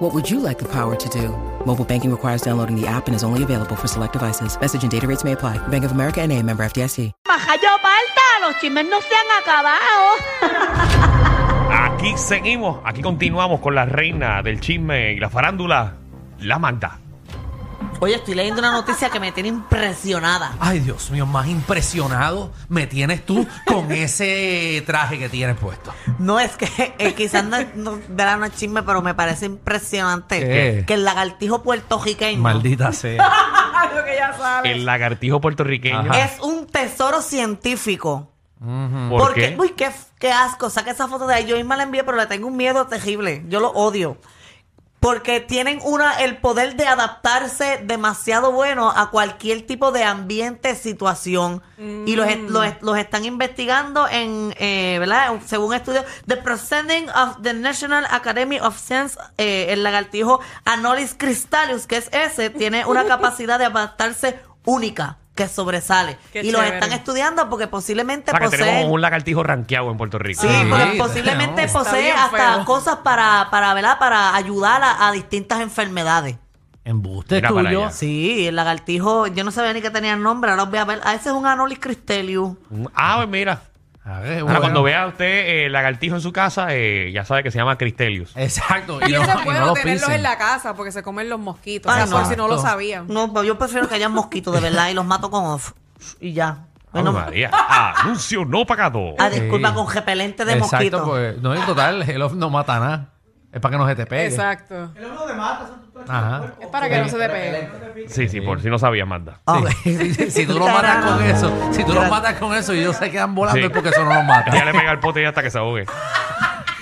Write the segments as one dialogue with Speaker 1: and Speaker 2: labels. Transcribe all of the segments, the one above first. Speaker 1: What would you like the power to do? Mobile banking requires downloading the app and is only available for select devices. Message and data rates may apply. Bank of America and a member FDIC.
Speaker 2: Baja yo falta, los chismes no se han acabado.
Speaker 3: Aquí seguimos, aquí continuamos con la reina del chisme y la farándula, la Magda.
Speaker 2: Oye, estoy leyendo una noticia que me tiene impresionada.
Speaker 4: Ay, Dios mío, más impresionado me tienes tú con ese traje que tienes puesto.
Speaker 2: No es que eh, quizás no, no verá no es chisme, pero me parece impresionante
Speaker 4: ¿Qué?
Speaker 2: que el lagartijo puertorriqueño
Speaker 4: Maldita sea.
Speaker 2: lo que ya sabes,
Speaker 3: El lagartijo puertorriqueño.
Speaker 4: Ajá.
Speaker 2: es un tesoro científico.
Speaker 3: ¿Por
Speaker 2: Porque,
Speaker 3: qué?
Speaker 2: uy, qué, qué asco, saca esa foto de ahí. Yo misma la envié, pero le tengo un miedo terrible. Yo lo odio. Porque tienen una, el poder de adaptarse demasiado bueno a cualquier tipo de ambiente, situación. Y los,
Speaker 5: Mm.
Speaker 2: est- los, est- los están investigando en, eh, ¿verdad? Según estudios, The Proceeding of the National Academy of Science, eh, el lagartijo Anolis cristallus, que es ese, tiene una capacidad de adaptarse única, que sobresale.
Speaker 5: Qué
Speaker 2: y los
Speaker 5: chévere.
Speaker 2: están estudiando porque posiblemente
Speaker 3: O sea, que
Speaker 2: poseen-
Speaker 3: tenemos un lagartijo ranqueado en Puerto Rico.
Speaker 2: Sí,
Speaker 4: Sí,
Speaker 2: porque
Speaker 4: tenemos.
Speaker 2: posiblemente
Speaker 4: Está
Speaker 2: posee
Speaker 5: bien
Speaker 2: hasta
Speaker 5: feo.
Speaker 2: cosas para, para, ¿verdad? para ayudar a, a distintas enfermedades.
Speaker 4: Embuste
Speaker 3: Mira para
Speaker 4: tuyo.
Speaker 3: allá.
Speaker 2: Sí, el lagartijo, yo no sabía ni que tenía el nombre, ahora os voy a ver. Ah, ese es un Anolis cristelius.
Speaker 3: Ah, pues mira.
Speaker 4: A ver,
Speaker 3: Ahora,
Speaker 4: bueno.
Speaker 3: cuando vea usted eh, el lagartijo en su casa, eh, ya sabe que se llama Cristelius.
Speaker 4: Exacto.
Speaker 5: Y
Speaker 4: no-
Speaker 5: eso es
Speaker 4: y
Speaker 5: bueno
Speaker 4: no lo
Speaker 5: tenerlos
Speaker 4: pisen.
Speaker 5: en la casa porque se comen los mosquitos. o sea,
Speaker 2: Exacto.
Speaker 5: por si no lo sabían.
Speaker 2: No, pero yo prefiero que haya mosquitos, de verdad, y los mato con off. Y ya.
Speaker 3: Ave
Speaker 2: Bueno,
Speaker 3: María. Anuncio no pagado.
Speaker 2: ah, disculpa, con repelente de
Speaker 4: Exacto,
Speaker 2: mosquitos.
Speaker 4: pues, no, en total, el off no mata nada. Es para que no se te pegue.
Speaker 5: Exacto.
Speaker 4: Ajá.
Speaker 5: Es para que no se te pegue.
Speaker 3: Sí, sí, por si no sabía, Magda.
Speaker 2: Ah, ok.
Speaker 4: Sí. si tú lo matas con eso, si tú lo matas con eso y ellos se quedan volando
Speaker 3: Sí.
Speaker 4: es porque eso no los
Speaker 3: Ya
Speaker 4: mata.
Speaker 3: le pega el pote y hasta que se ahogue.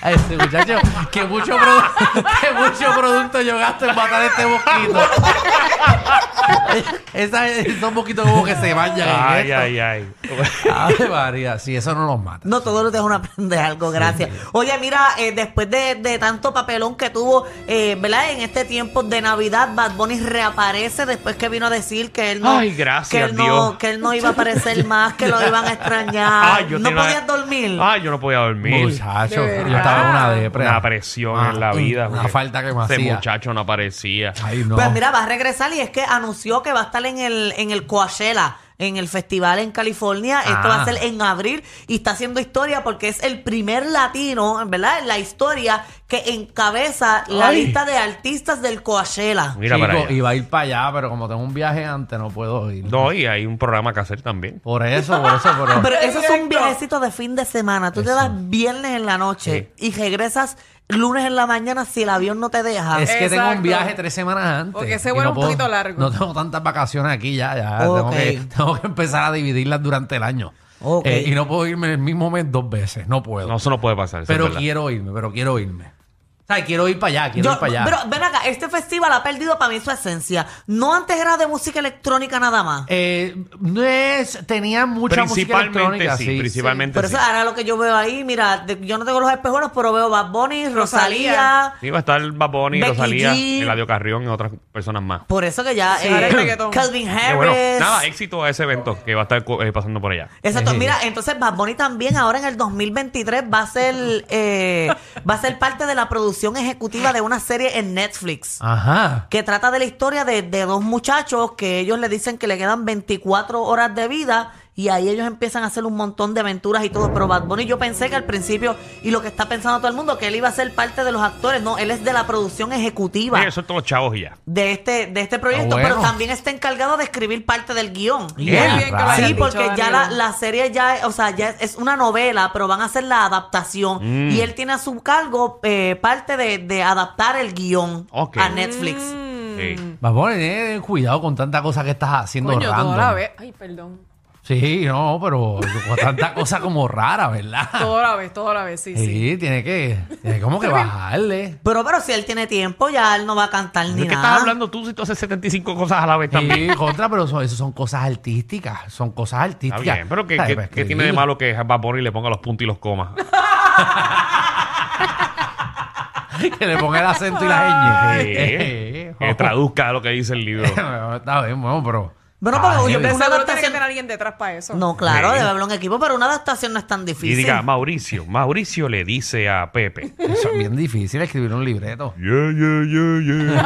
Speaker 4: A Este muchacho, que mucho, produ- que mucho producto yo gasto en matar este mosquito. Esa, esos mosquitos como que se bañan en
Speaker 3: Ay,
Speaker 4: esto.
Speaker 3: ay, ay.
Speaker 4: Ave María, si eso no los mata.
Speaker 2: No, todos los días uno aprende algo, gracias. Oye, mira, eh, después de, de tanto papelón que tuvo, eh, ¿verdad? En este tiempo de Navidad, Bad Bunny reaparece después que vino a decir que él no.
Speaker 3: Ay, gracias,
Speaker 2: que él
Speaker 3: Dios.
Speaker 2: No, que él no iba a aparecer más, que lo iban a extrañar.
Speaker 3: Ay, yo
Speaker 2: Ah, no
Speaker 3: tenía-
Speaker 2: podías dormir.
Speaker 3: Ay, yo no podía dormir.
Speaker 4: Muchacho,
Speaker 5: De
Speaker 4: yo estaba en una
Speaker 5: verdad.
Speaker 4: depre.
Speaker 3: Una presión
Speaker 4: Ah,
Speaker 3: en la vida.
Speaker 4: Una
Speaker 3: porque
Speaker 4: falta que me
Speaker 3: Ese
Speaker 4: hacía.
Speaker 3: muchacho no aparecía.
Speaker 4: Ay, no.
Speaker 2: Pues mira, va a regresar y es que anunció que va a estar en el, en el Coachella, en el festival en California. Esto va a
Speaker 4: Ah.
Speaker 2: ser en abril y está haciendo historia porque es el primer latino, ¿verdad? En la historia que encabeza la
Speaker 3: Ay.
Speaker 2: lista de artistas del Coachella.
Speaker 3: Mira
Speaker 4: Chico,
Speaker 3: para allá.
Speaker 4: iba a ir para allá, pero como tengo un viaje antes, no puedo ir.
Speaker 3: No, y hay un programa que hacer también.
Speaker 4: Por eso, por eso, pero.
Speaker 2: Pero eso es un viajecito de fin de semana. Tú te das viernes en la noche y regresas lunes en la mañana si el avión no te deja.
Speaker 4: es que tengo un
Speaker 5: Exacto.
Speaker 4: viaje tres semanas antes.
Speaker 5: O que se
Speaker 4: y
Speaker 5: vuelva
Speaker 4: no
Speaker 5: un poquito largo.
Speaker 4: No tengo tantas vacaciones aquí ya, ya. Tengo
Speaker 2: Ok.
Speaker 4: que- Tengo, que, empezar a dividirlas durante el año.
Speaker 2: Ok.
Speaker 4: Eh, y no puedo irme en el mismo mes dos veces, no puedo.
Speaker 3: No, eso no puede pasar. eso es
Speaker 4: pero
Speaker 3: verdad.
Speaker 4: quiero irme, pero quiero irme. O sea, quiero ir para allá, quiero
Speaker 2: Yo-
Speaker 4: ir para allá.
Speaker 2: pero ven acá, este festival ha perdido para mí su esencia. No antes era de música electrónica nada más.
Speaker 4: Eh, no es, tenía mucha música
Speaker 3: principalmente
Speaker 4: electrónica,
Speaker 3: sí,
Speaker 4: sí.
Speaker 3: principalmente
Speaker 2: Por
Speaker 3: sí.
Speaker 2: eso ahora lo que yo veo ahí, mira, de- yo no tengo los espejuelos, pero veo Bad Bunny, Rosalía.
Speaker 3: Sí, va a estar Bad Bunny,
Speaker 2: Becky
Speaker 3: Rosalía,
Speaker 2: G.
Speaker 3: Eladio Carrión y otras personas más.
Speaker 2: Por eso que ya eh,
Speaker 5: ahora hay reggaetón.
Speaker 2: Calvin
Speaker 3: Qué
Speaker 2: Harris.
Speaker 3: bueno, nada, eh. éxito a ese evento que va a estar eh, pasando por allá.
Speaker 2: Exacto.
Speaker 4: Sí.
Speaker 2: Mira, entonces Bad Bunny también ahora en el 2023 va a ser eh, va a ser parte de la producción ejecutiva de una serie en Netflix.
Speaker 4: Ajá.
Speaker 2: que trata de la historia de, de dos muchachos que ellos le dicen que le quedan 24 horas de vida y ahí ellos empiezan a hacer un montón de aventuras y todo. Pero Bad Bunny yo pensé que al principio, y lo que está pensando todo el mundo, que él iba a ser parte de los actores. No, él es de la producción ejecutiva.
Speaker 3: Mira, eso es todos los chavos y ya.
Speaker 2: De este, de este proyecto,
Speaker 4: Ah, bueno.
Speaker 2: pero también está encargado de escribir parte del guión.
Speaker 4: Y
Speaker 3: Muy
Speaker 4: el
Speaker 3: bien que lo
Speaker 4: rayo.
Speaker 5: hayan
Speaker 2: Sí,
Speaker 5: dicho,
Speaker 2: porque ya la,
Speaker 5: Danilo.
Speaker 2: la serie ya, o sea, ya es una novela, pero van a hacer la adaptación.
Speaker 3: Mm.
Speaker 2: Y él tiene a su cargo eh, parte de, de adaptar el guón
Speaker 3: Ok.
Speaker 2: a Netflix.
Speaker 5: Mm.
Speaker 3: Sí.
Speaker 2: Mm,
Speaker 4: Vas a poner cuidado con tanta cosa que estás haciendo
Speaker 5: Coño,
Speaker 4: random.
Speaker 5: toda la vez. Ay, perdón.
Speaker 4: Sí, no, pero tanta cosa como rara, ¿verdad?
Speaker 5: Todo la vez, todo la vez, sí,
Speaker 4: Ah. sí,
Speaker 5: sí.
Speaker 4: tiene que, tiene como que bajarle.
Speaker 2: Pero, pero si él tiene tiempo, ya él no va a cantar
Speaker 3: ¿De
Speaker 2: ni
Speaker 3: qué
Speaker 2: nada.
Speaker 3: estás hablando tú si tú haces 75 cosas a la vez también?
Speaker 4: Sí, contra, pero eso, eso son cosas artísticas, son cosas
Speaker 3: Está
Speaker 4: artísticas. pues,
Speaker 3: bien, pero ¿qué,
Speaker 4: ¿Sabes?
Speaker 3: qué-
Speaker 4: Para
Speaker 3: qué tiene de
Speaker 4: escribir.
Speaker 3: malo que Bad Bunny le ponga los puntos y los comas?
Speaker 4: que le ponga el acento y la ñ.
Speaker 3: Eh, que traduzca lo que dice el libro.
Speaker 4: Bueno, Está bien, bueno, pero.
Speaker 2: Bueno, pero
Speaker 4: Ay,
Speaker 2: yo Una
Speaker 5: De seguro tiene que
Speaker 2: adaptación-
Speaker 5: tener alguien detrás para eso.
Speaker 2: No, claro,
Speaker 3: Sí.
Speaker 2: debe haber un equipo, pero una adaptación no es tan
Speaker 3: Y
Speaker 2: difícil.
Speaker 3: diga, Mauricio, Mauricio le dice a Pepe.
Speaker 4: Eso es bien difícil escribir un libreto.
Speaker 3: Yeah, yeah, yeah,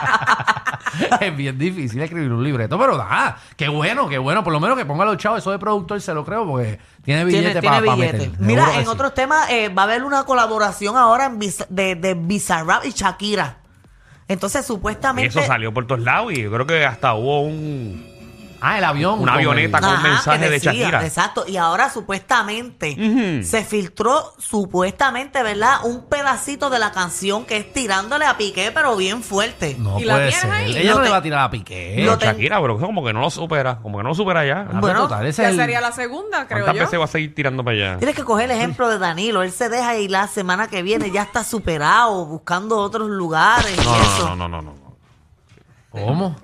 Speaker 3: yeah.
Speaker 4: es bien difícil escribir un libreto, pero da, qué bueno, qué bueno. Por lo menos que ponga los chavos, eso de productor se lo creo, porque
Speaker 2: tiene,
Speaker 4: tiene billete
Speaker 2: tiene
Speaker 4: para
Speaker 2: billete.
Speaker 4: meter.
Speaker 2: Mira,
Speaker 4: seguro
Speaker 2: en
Speaker 4: que sí.
Speaker 2: otros temas eh, va a haber una colaboración ahora en Biz- de, de Bizarrap y Shakira. Entonces,
Speaker 3: Y
Speaker 2: supuestamente...
Speaker 3: eso salió por todos lados y yo creo que hasta hubo un...
Speaker 4: Ah, el avión.
Speaker 3: Una
Speaker 4: con el-
Speaker 3: avioneta con- un mensaje
Speaker 2: que
Speaker 3: de Shakira.
Speaker 2: Exacto. Y ahora supuestamente se filtró, supuestamente, ¿verdad? Un pedacito de la canción que es tirándole a Piqué, pero bien fuerte.
Speaker 4: No
Speaker 5: ¿Y la
Speaker 4: puede
Speaker 5: tienes
Speaker 4: ser.
Speaker 5: ahí?
Speaker 4: Ella
Speaker 2: Lo
Speaker 4: no le
Speaker 2: te-
Speaker 4: va a tirar a piqué.
Speaker 2: Lo
Speaker 3: No,
Speaker 2: ten-
Speaker 3: Shakira, pero eso como que no lo supera. Como que no lo supera ya.
Speaker 2: bueno,
Speaker 4: Ah, pero total, ese
Speaker 5: Ya
Speaker 4: es el-
Speaker 5: sería la segunda, creo
Speaker 3: ¿Cuántas
Speaker 5: yo.
Speaker 3: veces va a seguir tirando para allá?
Speaker 2: Tienes que coger el ejemplo de Danilo. Él se deja y la semana que viene ya está superado, buscando otros lugares. y
Speaker 3: No,
Speaker 2: eso.
Speaker 3: no, no, no, no, no, no.
Speaker 4: ¿Cómo?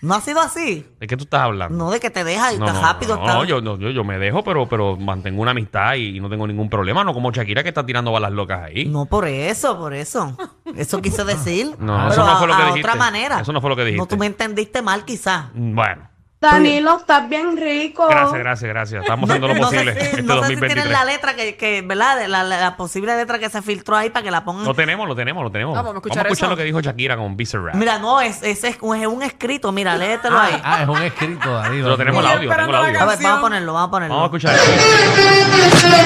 Speaker 2: ¿No ha sido así?
Speaker 3: ¿De qué tú estás hablando?
Speaker 2: No, de que te deja y
Speaker 3: No,
Speaker 2: estás
Speaker 3: no,
Speaker 2: rápido.
Speaker 3: no,
Speaker 2: estás-
Speaker 3: no, yo, no, yo, yo me dejo, pero, pero mantengo una amistad y no tengo ningún problema. No como Shakira que está tirando balas locas ahí.
Speaker 2: No, por eso, por eso. Eso quise decir.
Speaker 3: No,
Speaker 2: pero
Speaker 3: eso no
Speaker 2: a-
Speaker 3: fue lo
Speaker 2: a
Speaker 3: que dijiste.
Speaker 2: otra manera.
Speaker 3: Eso no fue lo que dijiste.
Speaker 2: No, tú me entendiste mal, quizás.
Speaker 3: Bueno,
Speaker 6: Danilo, estás bien rico.
Speaker 3: gracias, gracias, gracias. Estamos haciendo lo
Speaker 2: no
Speaker 3: posible
Speaker 2: Sé si,
Speaker 3: este
Speaker 2: no sé si
Speaker 3: 2023.
Speaker 2: tienen la letra que, que ¿verdad? La, la- la posible letra que se filtró ahí para que la pongan.
Speaker 3: Lo tenemos, lo tenemos, lo tenemos.
Speaker 5: Ah, vamos a escuchar eso.
Speaker 3: lo que dijo Shakira con Bizarre Rap.
Speaker 2: Mira, no, es, es, es un- es un escrito. Mira, léetelo ahí.
Speaker 4: Ah, es un escrito, David.
Speaker 3: Lo tenemos el
Speaker 5: Yo
Speaker 3: audio, tengo el
Speaker 5: esperando la
Speaker 3: audio.
Speaker 2: A ver,
Speaker 5: canción.
Speaker 2: vamos a ponerlo, vamos a ponerlo.
Speaker 3: Vamos a escuchar eso.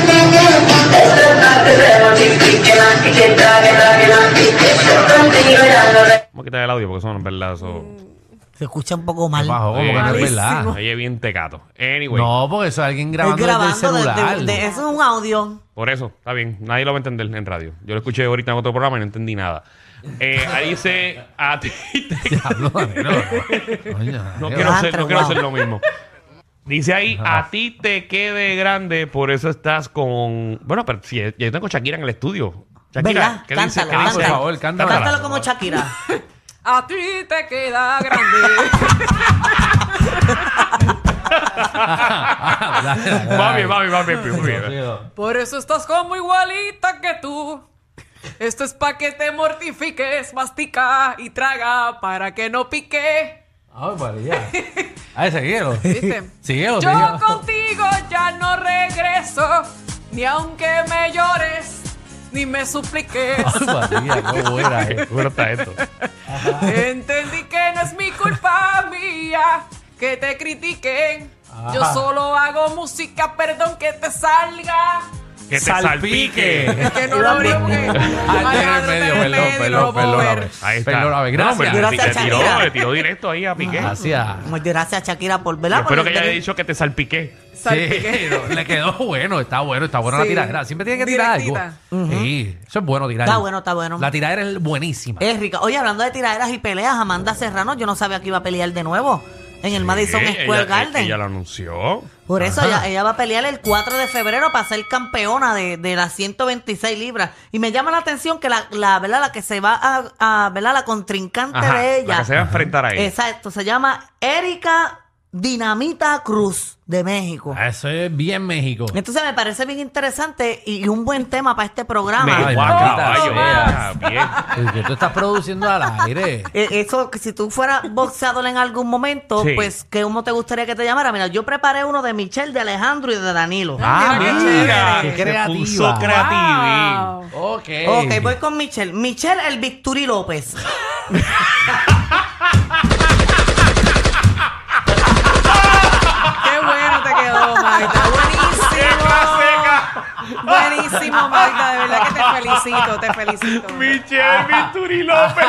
Speaker 3: Vamos a quitar el audio porque son, en verdad, eso... Ah,
Speaker 2: Se escucha un poco mal.
Speaker 4: Bajo, como que no es verdad.
Speaker 5: Malísimo.
Speaker 3: Ahí es bien tecato. Anyway,
Speaker 4: No, porque eso es alguien
Speaker 2: Es
Speaker 4: grabando, desde
Speaker 2: grabando
Speaker 4: el
Speaker 2: de- de-
Speaker 4: celular.
Speaker 2: de- eso es un audio.
Speaker 3: por eso, está bien. Nadie lo va a entender en radio. Yo lo escuché ahorita en otro programa y no entendí nada. Eh, ahí dice... A ti te-
Speaker 4: Diablo, Danilo. Coño,
Speaker 3: No
Speaker 4: Danilo.
Speaker 3: quiero, ser, no
Speaker 2: Wow.
Speaker 3: quiero ser lo mismo. Dice ahí, a ti te quede grande, por eso estás con... Bueno, pero si yo tengo Shakira en el estudio. Shakira,
Speaker 2: ¿Verdad?
Speaker 3: ¿qué dice?
Speaker 2: cántalo,
Speaker 3: ¿Qué dice?
Speaker 2: cántalo.
Speaker 4: Por favor, cántalo.
Speaker 2: Cántalo como Shakira.
Speaker 5: A ti te queda grande.
Speaker 4: Dale, dale, dale.
Speaker 3: Va bien, va bien, va bien, muy bien.
Speaker 5: Por eso estás como igualita que tú. Esto es pa' que te mortifiques, mastica y traga para que no pique.
Speaker 4: Ay, María. Ay, seguílo.
Speaker 5: ¿Viste?
Speaker 4: Síguelo,
Speaker 5: Yo
Speaker 4: síguelo.
Speaker 5: contigo ya no regreso, ni aunque me llores, ni me supliques.
Speaker 4: Ay, María, qué buena eh.
Speaker 3: Qué
Speaker 4: es.
Speaker 3: bueno está esto.
Speaker 5: Entendí que no es mi culpa mía que te critiquen. Yo solo hago música, perdón que te salga.
Speaker 3: Que te salpique.
Speaker 5: Que no lo abrí porque
Speaker 4: Ah, está en el
Speaker 5: Alejandro
Speaker 4: medio,
Speaker 5: está en el
Speaker 4: perdón,
Speaker 5: medio, no
Speaker 4: perdón,
Speaker 5: lo puedo
Speaker 4: perdóname.
Speaker 5: ver.
Speaker 3: Ahí está.
Speaker 4: Perdóname,
Speaker 3: No, pero
Speaker 4: gracias. Ah,
Speaker 3: le-
Speaker 2: Gracias,
Speaker 3: le, tiró,
Speaker 2: Shakira.
Speaker 3: le tiró directo ahí a Piqué.
Speaker 4: Gracias.
Speaker 2: Muchas gracias, Shakira, por
Speaker 3: Yo
Speaker 2: velar.
Speaker 3: espero que haya dicho que te salpiqué.
Speaker 4: Sí,
Speaker 5: Salpique.
Speaker 4: no, le quedó bueno, está bueno, está buena la
Speaker 5: Sí.
Speaker 4: tiradera. Siempre tiene que tirar algo.
Speaker 5: Directita.
Speaker 4: Sí, eso es bueno tirar.
Speaker 2: Está bueno, está bueno.
Speaker 4: La tiradera es buenísima.
Speaker 2: Es rica. Oye, hablando de tiraderas y peleas, Amanda Serrano, yo no sabía que iba a pelear de nuevo en el Madison
Speaker 3: Sí,
Speaker 2: Square
Speaker 3: ella- eh,
Speaker 2: Garden.
Speaker 3: Ella lo anunció.
Speaker 2: Por eso
Speaker 4: Ajá.
Speaker 2: ella, ella va a pelear el 4 de febrero para ser campeona de, de las 126 libras. Y me llama la atención que la, la, ¿verdad? la que se va a, a ¿verdad? la contrincante
Speaker 3: Ajá,
Speaker 2: de
Speaker 3: La
Speaker 2: ella.
Speaker 3: que se va a enfrentar ahí.
Speaker 2: Exacto, se llama Erika Dinamita Cruz de México.
Speaker 4: Eso es bien México.
Speaker 2: Entonces me parece bien interesante y un buen tema para este programa.
Speaker 3: Me
Speaker 4: Ay,
Speaker 3: guau,
Speaker 4: maldita
Speaker 3: caballo.
Speaker 4: sea.
Speaker 3: Ah, bien.
Speaker 4: El que tú estás produciendo al aire.
Speaker 2: Eh, Eso, que si tú fueras boxeador en algún momento,
Speaker 3: Sí.
Speaker 2: pues, ¿qué- ¿cómo te gustaría que te llamara? Mira, yo preparé uno de Michelle, de Alejandro y de Danilo.
Speaker 4: Ah,
Speaker 5: Mira, qué
Speaker 4: mira,
Speaker 5: chévere.
Speaker 4: qué
Speaker 3: Se
Speaker 4: creativa.
Speaker 3: puso creativín.
Speaker 5: Wow.
Speaker 4: Ok.
Speaker 2: Ok, voy con Michelle. Michelle, el Victuri López.
Speaker 4: Ah.
Speaker 5: Qué bueno te quedó, Maita. Buenísimo.
Speaker 3: ¡Seca!
Speaker 5: Buenísimo. máximo, Magda. De verdad que te felicito, te felicito.
Speaker 3: Michelle Visturi López.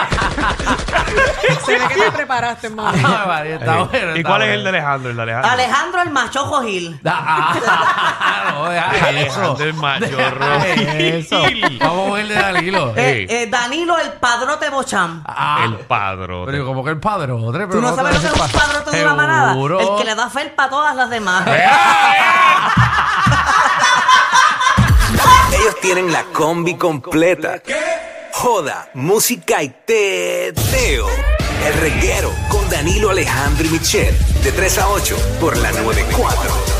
Speaker 5: Se ve que te preparaste, mami.
Speaker 4: Ay, Ah, María, está bueno,
Speaker 3: ¿Y
Speaker 4: está
Speaker 3: cuál es
Speaker 4: bueno.
Speaker 3: el de Alejandro? El de Alejandro.
Speaker 2: Alejandro el machojo Gil.
Speaker 4: Ah, no, deja eso.
Speaker 3: Alejandro el machorro.
Speaker 4: Deja eso. Vamos con el de Danilo.
Speaker 2: Eh,
Speaker 3: Ey.
Speaker 2: eh, Danilo el padrote Mocham.
Speaker 4: Ah,
Speaker 3: El padrote.
Speaker 4: pero como que el padre, otro,
Speaker 2: ¿Tú
Speaker 4: pero
Speaker 2: no sabes lo que es un padrote de una manada?
Speaker 4: Seguro. Eh,
Speaker 2: El que le da felpa a todas las demás.
Speaker 7: Ellos tienen la combi completa. Joda, música y teo. El reguero con Danilo Alejandro y Michel. De 3 a 8 por la 94.